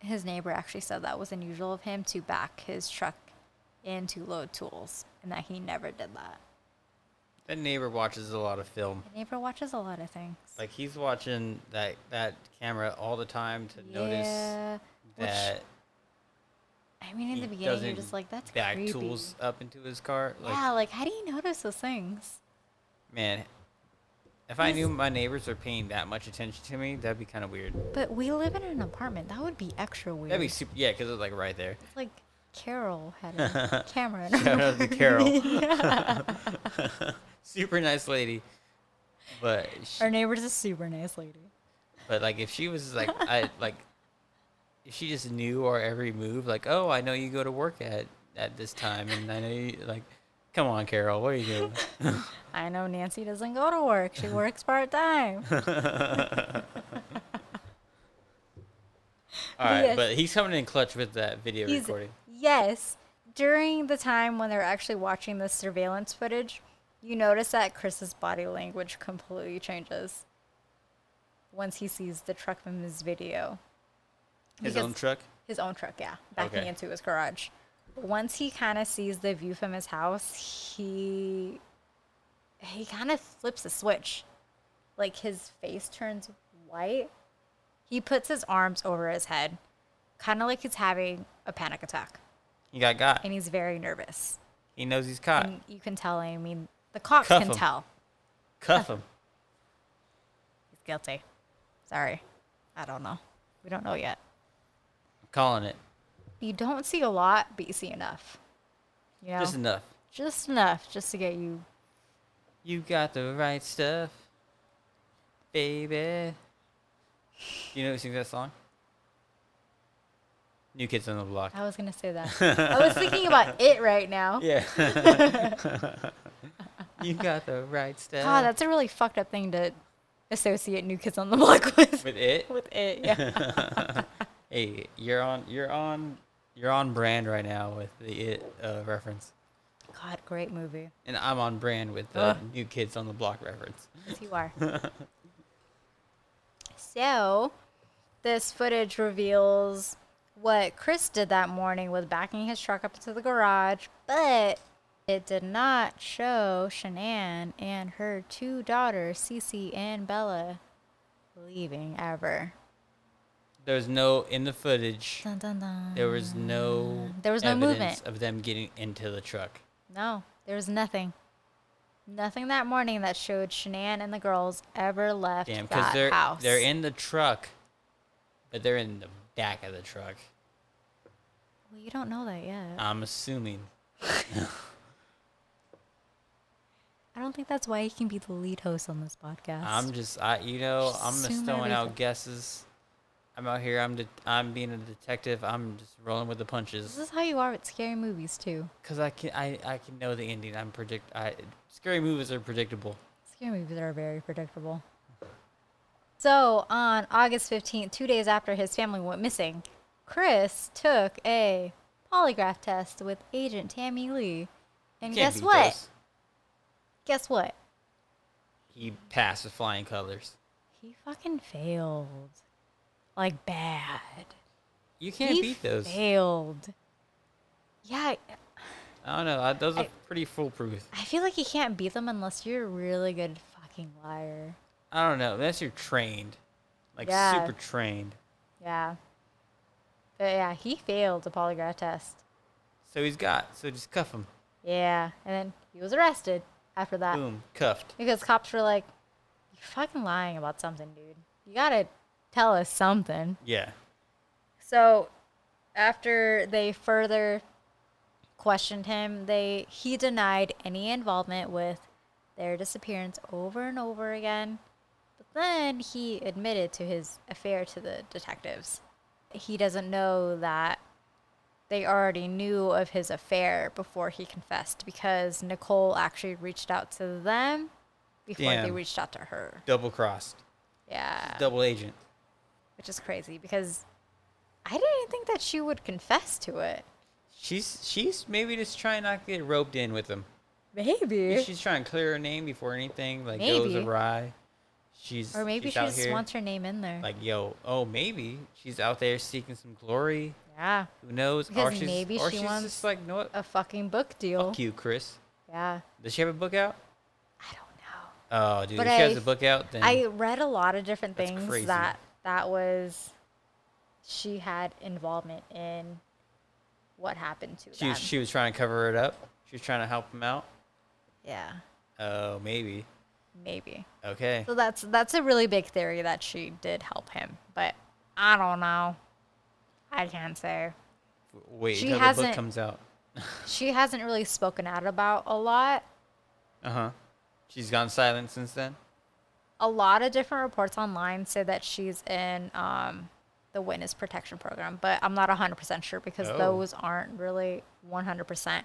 his neighbor actually said that was unusual of him to back his truck in to load tools and that he never did that. That neighbor watches a lot of film. My neighbor watches a lot of things. Like he's watching that that camera all the time to notice Yeah. Which, that I mean, in he the beginning, you're doesn't just like, that's back creepy. tools up into his car. Like yeah, like, how do you notice those things? man, if I knew my neighbors were paying that much attention to me, that'd be kind of weird. But we live in an apartment. That would be extra weird. That'd be super. Yeah, because it's like right there. It's like Carol had a camera. in Shout her out to apartment. Carol. Yeah. super nice lady. But she, Our neighbor's a super nice lady. but like if she was like I like if she just knew our every move, like, oh, I know you go to work at at this time and I know you like come on, Carol, what are you doing? I know Nancy doesn't go to work. She works part time. Alright, Yes. but he's coming in clutch with that video He's- recording. Yes. During the time when they're actually watching the surveillance footage, you notice that Chris's body language completely changes once he sees the truck from his video. His because- own truck? His own truck, yeah, backing Okay. into his garage. Once he kind of sees the view from his house, he he kind of flips a switch. Like his face turns white. He puts his arms over his head, kind of like he's having a panic attack He got got. and he's very nervous. He knows he's caught. And you can tell. I mean, the cops Cuff can him. tell Cuff him. he's guilty. Sorry, I don't know. We don't know yet. I'm calling it. You don't see a lot, but you see enough. You know, Just just, enough. enough, just to get you. You got the right stuff, baby. You know who sings that song? New Kids on the Block. I was gonna say that. I was thinking about it right now. Yeah. you got the right stuff. God, that's a really fucked up thing to associate New Kids on the Block with. With it. With it, yeah. Hey, you're on. You're on. You're on brand right now with the it uh, reference, God, great movie. and I'm on brand with the New Kids on the Block reference. Yes, you are. so, this footage reveals what Chris did that morning with backing his truck up into the garage, but it did not show Shanann and her two daughters, Cece and Bella, leaving ever. There's no in the footage. Dun, dun, dun. There was no. There was no evidence movement. of them getting into the truck. No, there was nothing. Nothing that morning that showed Shanann and the girls ever left Damn, because that they're house. they're in the truck, but they're in the back of the truck. Well, you don't know that yet. I'm assuming. I don't think that's why you can be the lead host on this podcast. I'm just I you know Just I'm just assume throwing everything. out guesses. I'm out here. I'm de- I'm being a detective. I'm just rolling with the punches. this is how you are with scary movies too. Cause I can I, I can know the ending. I'm predict. I scary movies are predictable. Scary movies are very predictable. So on August 15th, two days after his family went missing, Chris took a polygraph test with agent Tammy Lee. And Can't guess beat what? those. Guess what? He passed with flying colors. He fucking failed. Like bad. You can't he beat those. Failed. Yeah, I- I don't know. I, those are I- pretty foolproof. I feel like you can't beat them unless you're a really good fucking liar. I don't know. Unless you're trained, like Yeah. super trained. Yeah. But yeah, he failed the polygraph test. So he's got. So just cuff him. Yeah. And then he was arrested after that. Boom. Cuffed. Because cops were like, You're fucking lying about something, dude. You gotta tell us something. Yeah. So after they further questioned him, they he denied any involvement with their disappearance over and over again. But then he admitted to his affair to the detectives. He doesn't know that they already knew of his affair before he confessed because Nicole actually reached out to them before they Damn. reached out to her. Double crossed. Yeah Double agent. which is crazy because I didn't think that she would confess to it. She's she's maybe just trying not to get roped in with him. Maybe. She's trying to clear her name before anything like goes Maybe. awry. She's or maybe she's she out just here. wants her name in there. like yo oh maybe she's out there seeking some glory yeah. who knows or Because she's, maybe or she she's wants just like no what A fucking book deal. fuck you chris Yeah. does she have a book out I don't oh dude But if she has I- a book out then know. I read a lot of different That's things crazy. that that was she had involvement in what happened to she them. was, she was trying to cover it up she was trying to help him out yeah. oh maybe Maybe. okay So that's that's a really big theory that she did help him, but I don't know. I can't say. wait she until the book hasn't- comes out She hasn't really spoken out about a lot. uh-huh she's gone silent since then a lot of different reports online say that she's in um, the witness protection program, but I'm not 100% sure because Oh. those aren't really 100%.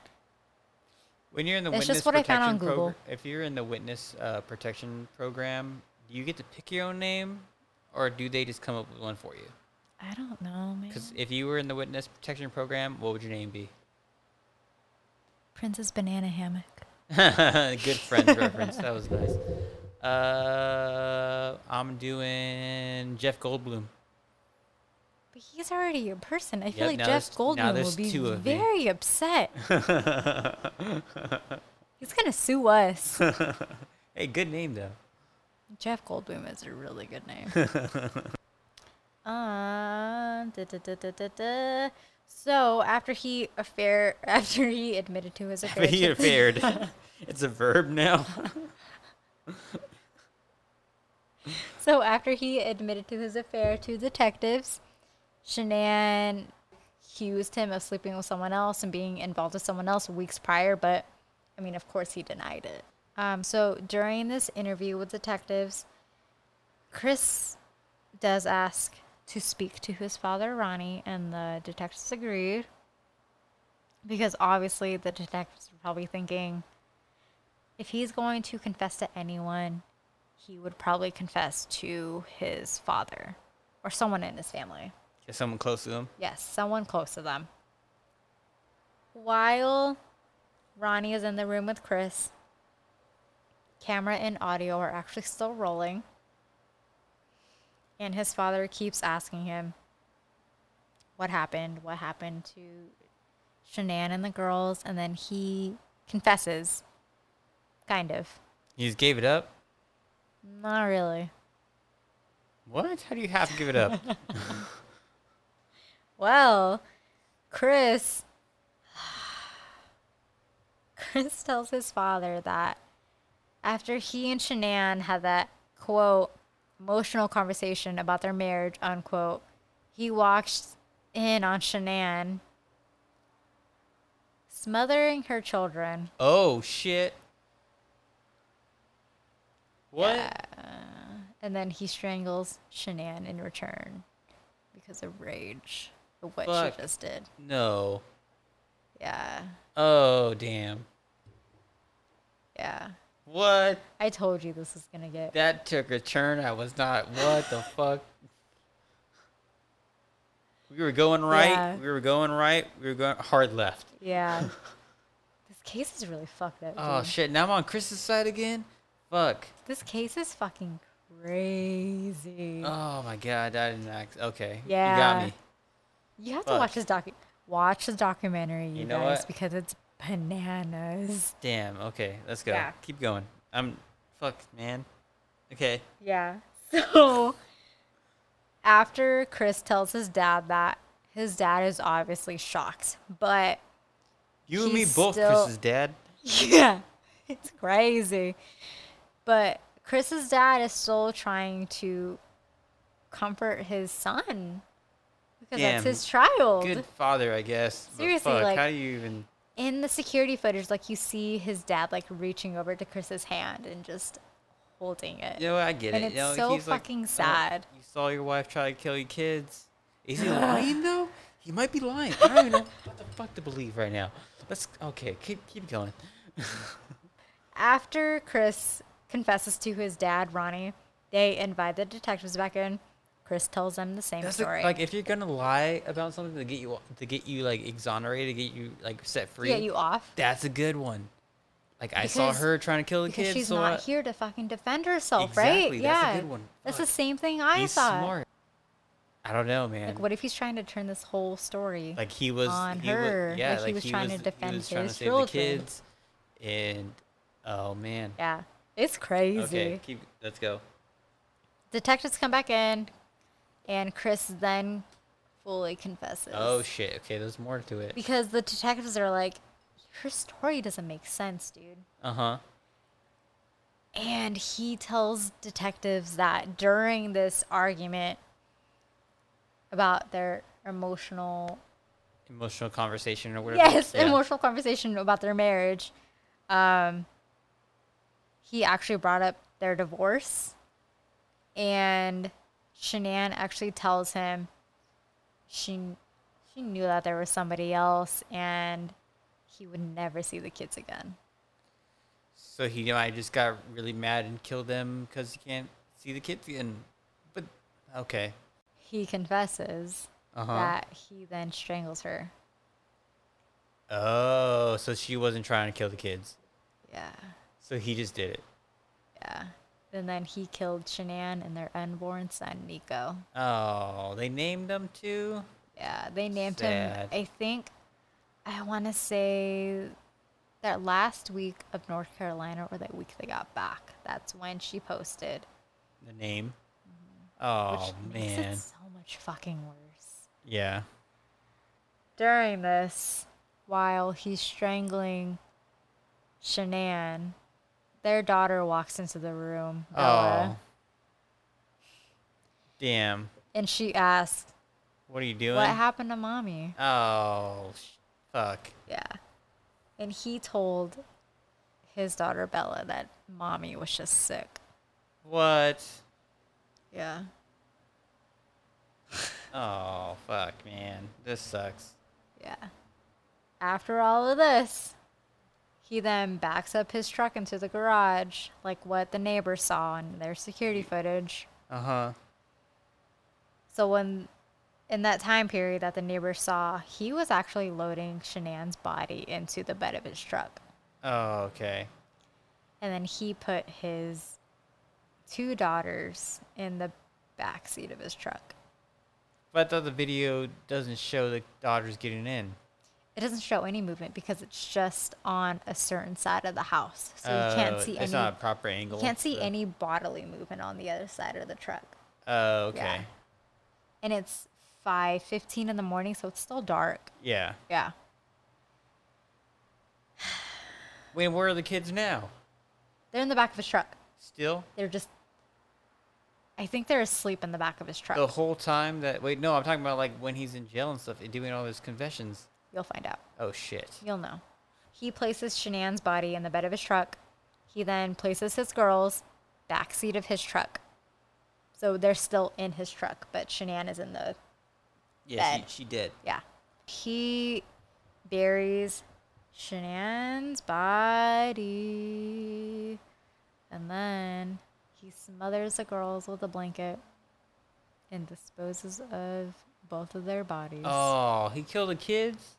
when you're in the That's witness just what I protection found on progr- Google. if you're in the witness uh, protection program do you get to pick your own name or do they just come up with one for you I don't know, man. Because if you were in the witness protection program, what would your name be? Princess Banana Hammock. Good friends reference. That was nice. Uh, I'm doing Jeff Goldblum. But he's already a person. I Yep, feel like now Jeff there's- now Goldman will there's be two of me. very upset. he's going to sue us. Hey, good name though. Jeff Goldblum is a really good name. uh, da, da, da, da, da, da. So after he affair, after he admitted to his affair, But he to- appeared. it's a verb now. so after he admitted to his affair to detectives, Shanann accused him of sleeping with someone else and being involved with someone else weeks prior, but I mean, of course, he denied it. Um, so during this interview with detectives, Chris does ask to speak to his father, Ronnie, and the detectives agreed. Because obviously, the detectives were probably thinking if he's going to confess to anyone, he would probably confess to his father or someone in his family. Get someone close to them. Yes, someone close to them. While Ronnie is in the room with Chris, camera and audio are actually still rolling. And his father keeps asking him, What happened? What happened to Shanann and the girls? And then he confesses, kind of. You just gave it up. Not really. What? How do you have to give it up? Well, Chris. Chris tells his father that after he and Shanann had that quote emotional conversation about their marriage unquote, he walked in on Shanann, smothering her children. oh shit. What? and then he strangles Shanann in return because of rage of what Fuck. she just did. No. Yeah, Oh damn. yeah. What? I told you this was gonna get. That took a turn. I was not. What the fuck? We were going right. Yeah. We were going right. We were going hard left. Yeah. this case is really fucked up. Oh dude. shit! Now I'm on Chris's side again. Fuck. This case is fucking crazy. Oh my god, I didn't act. Okay. You Yeah. got me. you have to fuck. watch this docu. Watch this documentary, you, You know guys, what? because it's bananas. Damn. Okay, let's go. Yeah. Keep going. I'm. Fuck, man. Okay. Yeah. So after Chris tells his dad that, his dad is obviously shocked, but You and me He's both, still- Chris's dad. Yeah, it's crazy. But Chris's dad is still trying to comfort his son because that's Damn. his child. Good father, I guess. but Seriously, fuck, like- how do you even? In the security footage, like you see his dad like reaching over to Chris's hand and just holding it. You know, what, I get And it. it's you know, so he's like, fucking "Oh, sad." you saw your wife try to kill your kids. Is he lying though? He might be lying. I don't even know what the fuck to believe right now. Let's. Okay, keep keep going. After Chris confesses to his dad, Ronnie, they invite the detectives back in. Chris tells them the same That's the- story. like if you're gonna lie about something to get you to get you like exonerated, to get you like set free. get you off. That's a good one. Like I saw Because- her trying to kill the Because kids. she's so not I- here to fucking defend herself, right? Exactly, that's yeah. a good one. That's Fuck. the same thing I He's thought. smart. I don't know, man. Like, what if he's trying to turn this whole story? Like, he was on he wa- her, yeah, like, he was trying to defend he was trying his to save children. the kids. And oh man. yeah, it's crazy. Okay, keep let's go. Detectives come back in, and Chris then fully confesses. Oh shit. Okay, there's more to it. because the detectives are like, your story doesn't make sense, dude. Uh huh. And he tells detectives that during this argument about their emotional Emotional conversation or whatever. yes, Yeah. emotional conversation about their marriage. Um, he actually brought up their divorce, and Shanann actually tells him she she knew that there was somebody else, and he would never see the kids again. So he might just got really mad and killed them because he can't see the kids again. But okay. He confesses Uh huh. that he then strangles her. Oh, so she wasn't trying to kill the kids. Yeah, So he just did it. yeah. And then he killed Shanann and their unborn son, Nico. Oh, they named them too. Yeah, they named Sad. him. I think I want to say that last week of North Carolina or that week they got back. That's when she posted, The name. Mm-hmm. which Oh makes man. it so much fucking worse. Yeah. During this, while he's strangling Shanann, their daughter walks into the room, Bella, Oh. Damn. and she asks, What are you doing? "What happened to mommy?" Oh, sh- fuck. Yeah. And he told his daughter Bella that mommy was just sick. What? Yeah. Oh fuck, man, this sucks. Yeah. After all of this, he then backs up his truck into the garage, like what the neighbor saw in their security footage. Uh huh. So when in that time period that the neighbor saw, he was actually loading Shanann's body into the bed of his truck. Oh okay. And then he put his two daughters in the back seat of his truck. But I thought the video doesn't show the Dodgers getting in. It doesn't show any movement because it's just on a certain side of the house. So you can't Oh, see It's any not a proper angle. Uh, you can't see for- any bodily movement on the other side of the truck. Oh okay. Yeah. And it's 5:15 in the morning, so it's still dark. yeah. Yeah. Wait, where are the kids now? They're in the back of his truck. Still? They're just I think they're asleep in the back of his truck. The whole time that wait, no, I'm talking about like when he's in jail and stuff and doing all his confessions. You'll find out. Oh shit. You'll know. He places Shanann's body in the bed of his truck. He then places his girls backseat of his truck. So they're still in his truck, but Shanann is in the Yeah, Bad. she, she did. yeah. He buries Shanann's body. And then he smothers the girls with a blanket and disposes of both of their bodies. Oh, he killed the kids?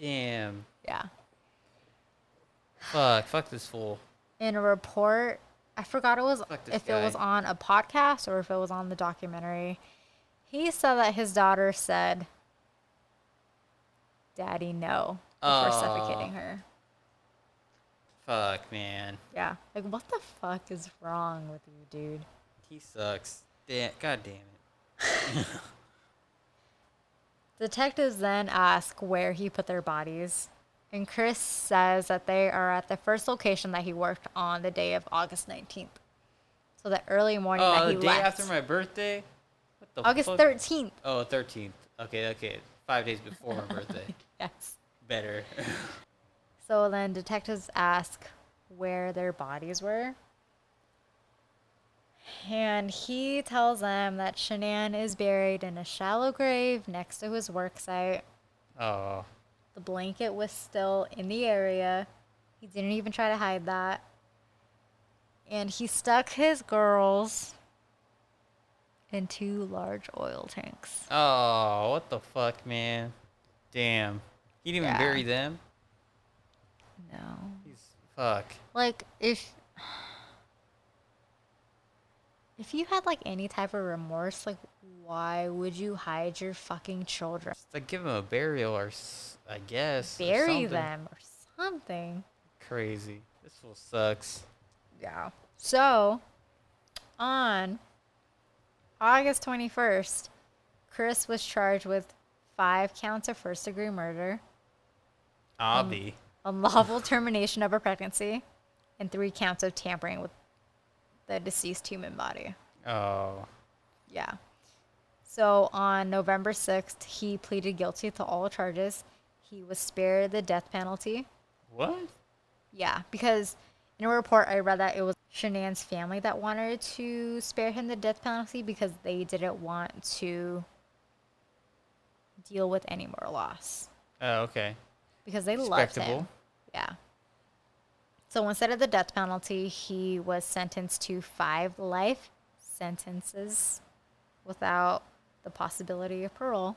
Damn. Yeah. Fuck, fuck this fool. in a report. I forgot it was Fuck this if it was guy. on a podcast or if it was on the documentary. He said that his daughter said, "Daddy, no," before suffocating Aw. her. Fuck, man. Yeah, like what the fuck is wrong with you, dude? He sucks. Da- God damn it. Detectives then ask where he put their bodies, and Chris says that they are at the first location that he worked on the day of August nineteenth. So the early morning Oh, that he the day left, after my birthday? What the August fuck? thirteenth. Oh, 13th. Okay, okay. Five days before my birthday. Yes. Better. So then detectives ask where their bodies were. And he tells them that Shanann is buried in a shallow grave next to his work site. oh. The blanket was still in the area. He didn't even try to hide that. And he stuck his girls in two large oil tanks. Oh, what the fuck, man. Damn. He didn't Yeah. even bury them? No. He's, fuck. Like if if you had like any type of remorse, like why would you hide your fucking children? It's like give him a burial or, s- I guess. or Bury something. them or something. Crazy. This fool sucks. Yeah. So on August 21st, Chris was charged with five counts of first degree murder, I'll be. unlawful termination of a pregnancy, and three counts of tampering with the deceased human body. Oh. Yeah. So on November 6th, he pleaded guilty to all charges. He was spared the death penalty. What? Yeah, because in a report I read that it was Shanann's family that wanted to spare him the death penalty because they didn't want to deal with any more loss Oh, okay. because they loved him. Respectable. Yeah. So instead of the death penalty, he was sentenced to five life sentences without the possibility of parole.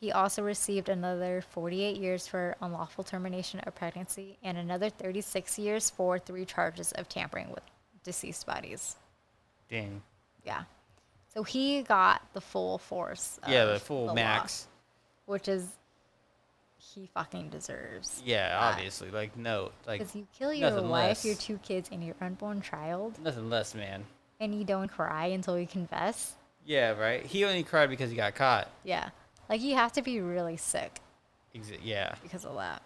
He also received another 48 years for unlawful termination of pregnancy and another 36 years for three charges of tampering with deceased bodies. Dang. Yeah. So he got the full force. yeah, the of full law, max. which is he fucking deserves. Yeah, that. obviously. Like, no. Like, Because you kill your Nothing wife, your less. two kids, and your unborn child, nothing less, man. and you don't cry until you confess. Yeah, right? He only cried because he got caught. Yeah. Like, you have to be really sick Exa- yeah. because of that.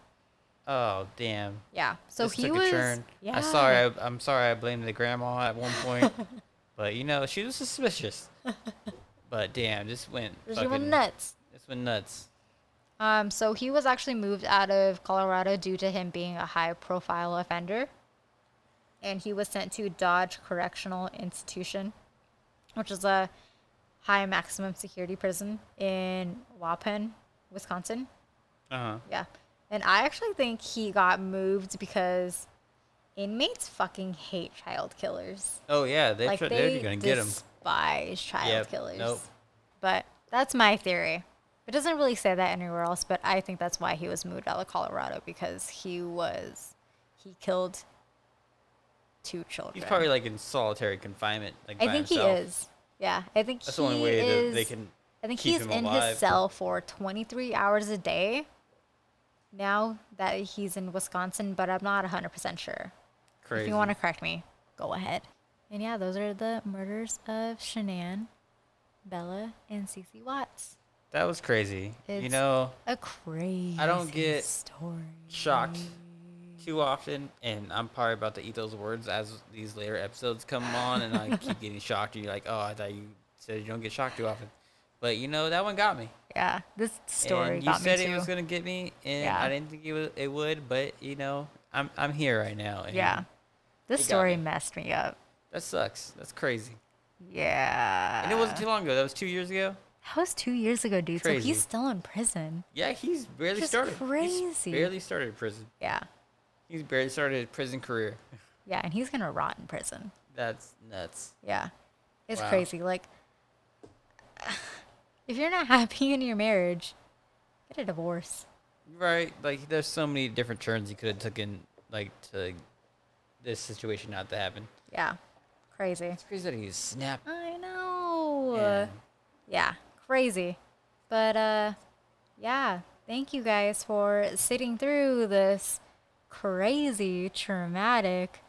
Oh, damn. Yeah. So This he took was. a turn. Yeah. I sorry. I, I'm sorry. I blamed the grandma at one point, but you know she was suspicious. but damn, this went. She went fucking- nuts. This went nuts. Um, so he was actually moved out of Colorado due to him being a high profile offender. And he was sent to Dodge Correctional Institution, which is a high maximum security prison in Wapen, Wisconsin. Uh huh. Yeah. And I actually think he got moved because inmates fucking hate child killers. Oh yeah, they like tr- they they're gonna get him. despise child Yep, killers. nope. But that's my theory. It doesn't really say that anywhere else, but I think that's why he was moved out of Colorado because he was he killed two children. He's probably like in solitary confinement. Like I by think himself. he is. Yeah, I think That's he the only way is, that they can. I think keep he's him in alive. his cell for 23 hours a day. Now that he's in Wisconsin, but I'm not 100% sure. Crazy. If you want to correct me, go ahead. And yeah, those are the murders of Shanann, Bella, and Cece Watts. That was crazy. you It's- know, A crazy get story. shocked too often, and I'm probably about to eat those words as these later episodes come on, and I keep getting shocked. And you're like, oh, I thought you said you don't get shocked too often, but you know that one got me. Yeah, this story and you got me said too. it was gonna get me, and Yeah. I didn't think it would, it would, but you know, I'm I'm here right now. And yeah, this it got story me. messed me up. that sucks. That's crazy. Yeah, And it wasn't too long ago. That was two years ago. That was two years ago, dude. So Crazy. he's still in prison. Yeah, he's barely Just started. crazy. He's barely started prison. Yeah. He's barely started his prison career. Yeah. And he's going to rot in prison. That's nuts. Yeah. It's Wow. crazy. Like, if you're not happy in your marriage, get a divorce. Right. Like there's so many different turns he could have taken like to this situation not to happen. Yeah. Crazy. It's crazy that he snapped. I know. and yeah crazy but uh yeah thank you guys for sitting through this crazy traumatic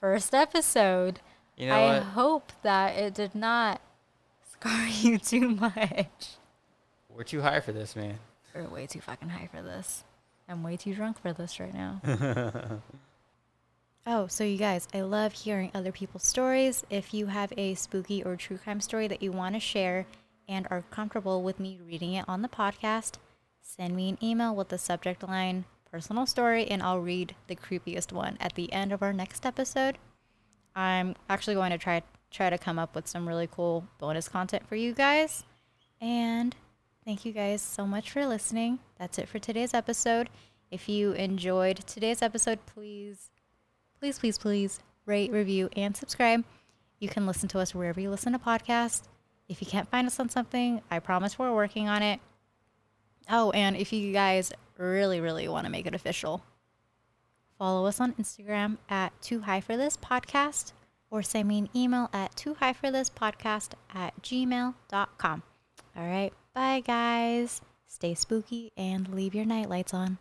first episode You know i what? hope that it did not scar you too much We're too high for this, man. we're way too fucking high for this i'm way too drunk for this right now Oh, so you guys, I love hearing other people's stories. If you have a spooky or true crime story that you want to share and are comfortable with me reading it on the podcast, send me an email with the subject line personal story and I'll read the creepiest one at the end of our next episode. I'm actually going to try try to come up with some really cool bonus content for you guys. And thank you guys so much for listening. That's it for today's episode. If you enjoyed today's episode, please please, please, please rate, review, and subscribe. You can listen to us wherever you listen to podcasts. If you can't find us on something, I promise we're working on it. Oh, and if you guys really, really want to make it official, follow us on Instagram at Too High for This Podcast or send me an email at Too High for This Podcast at gmail.com. All right. Bye, guys. Stay spooky and leave your night lights on.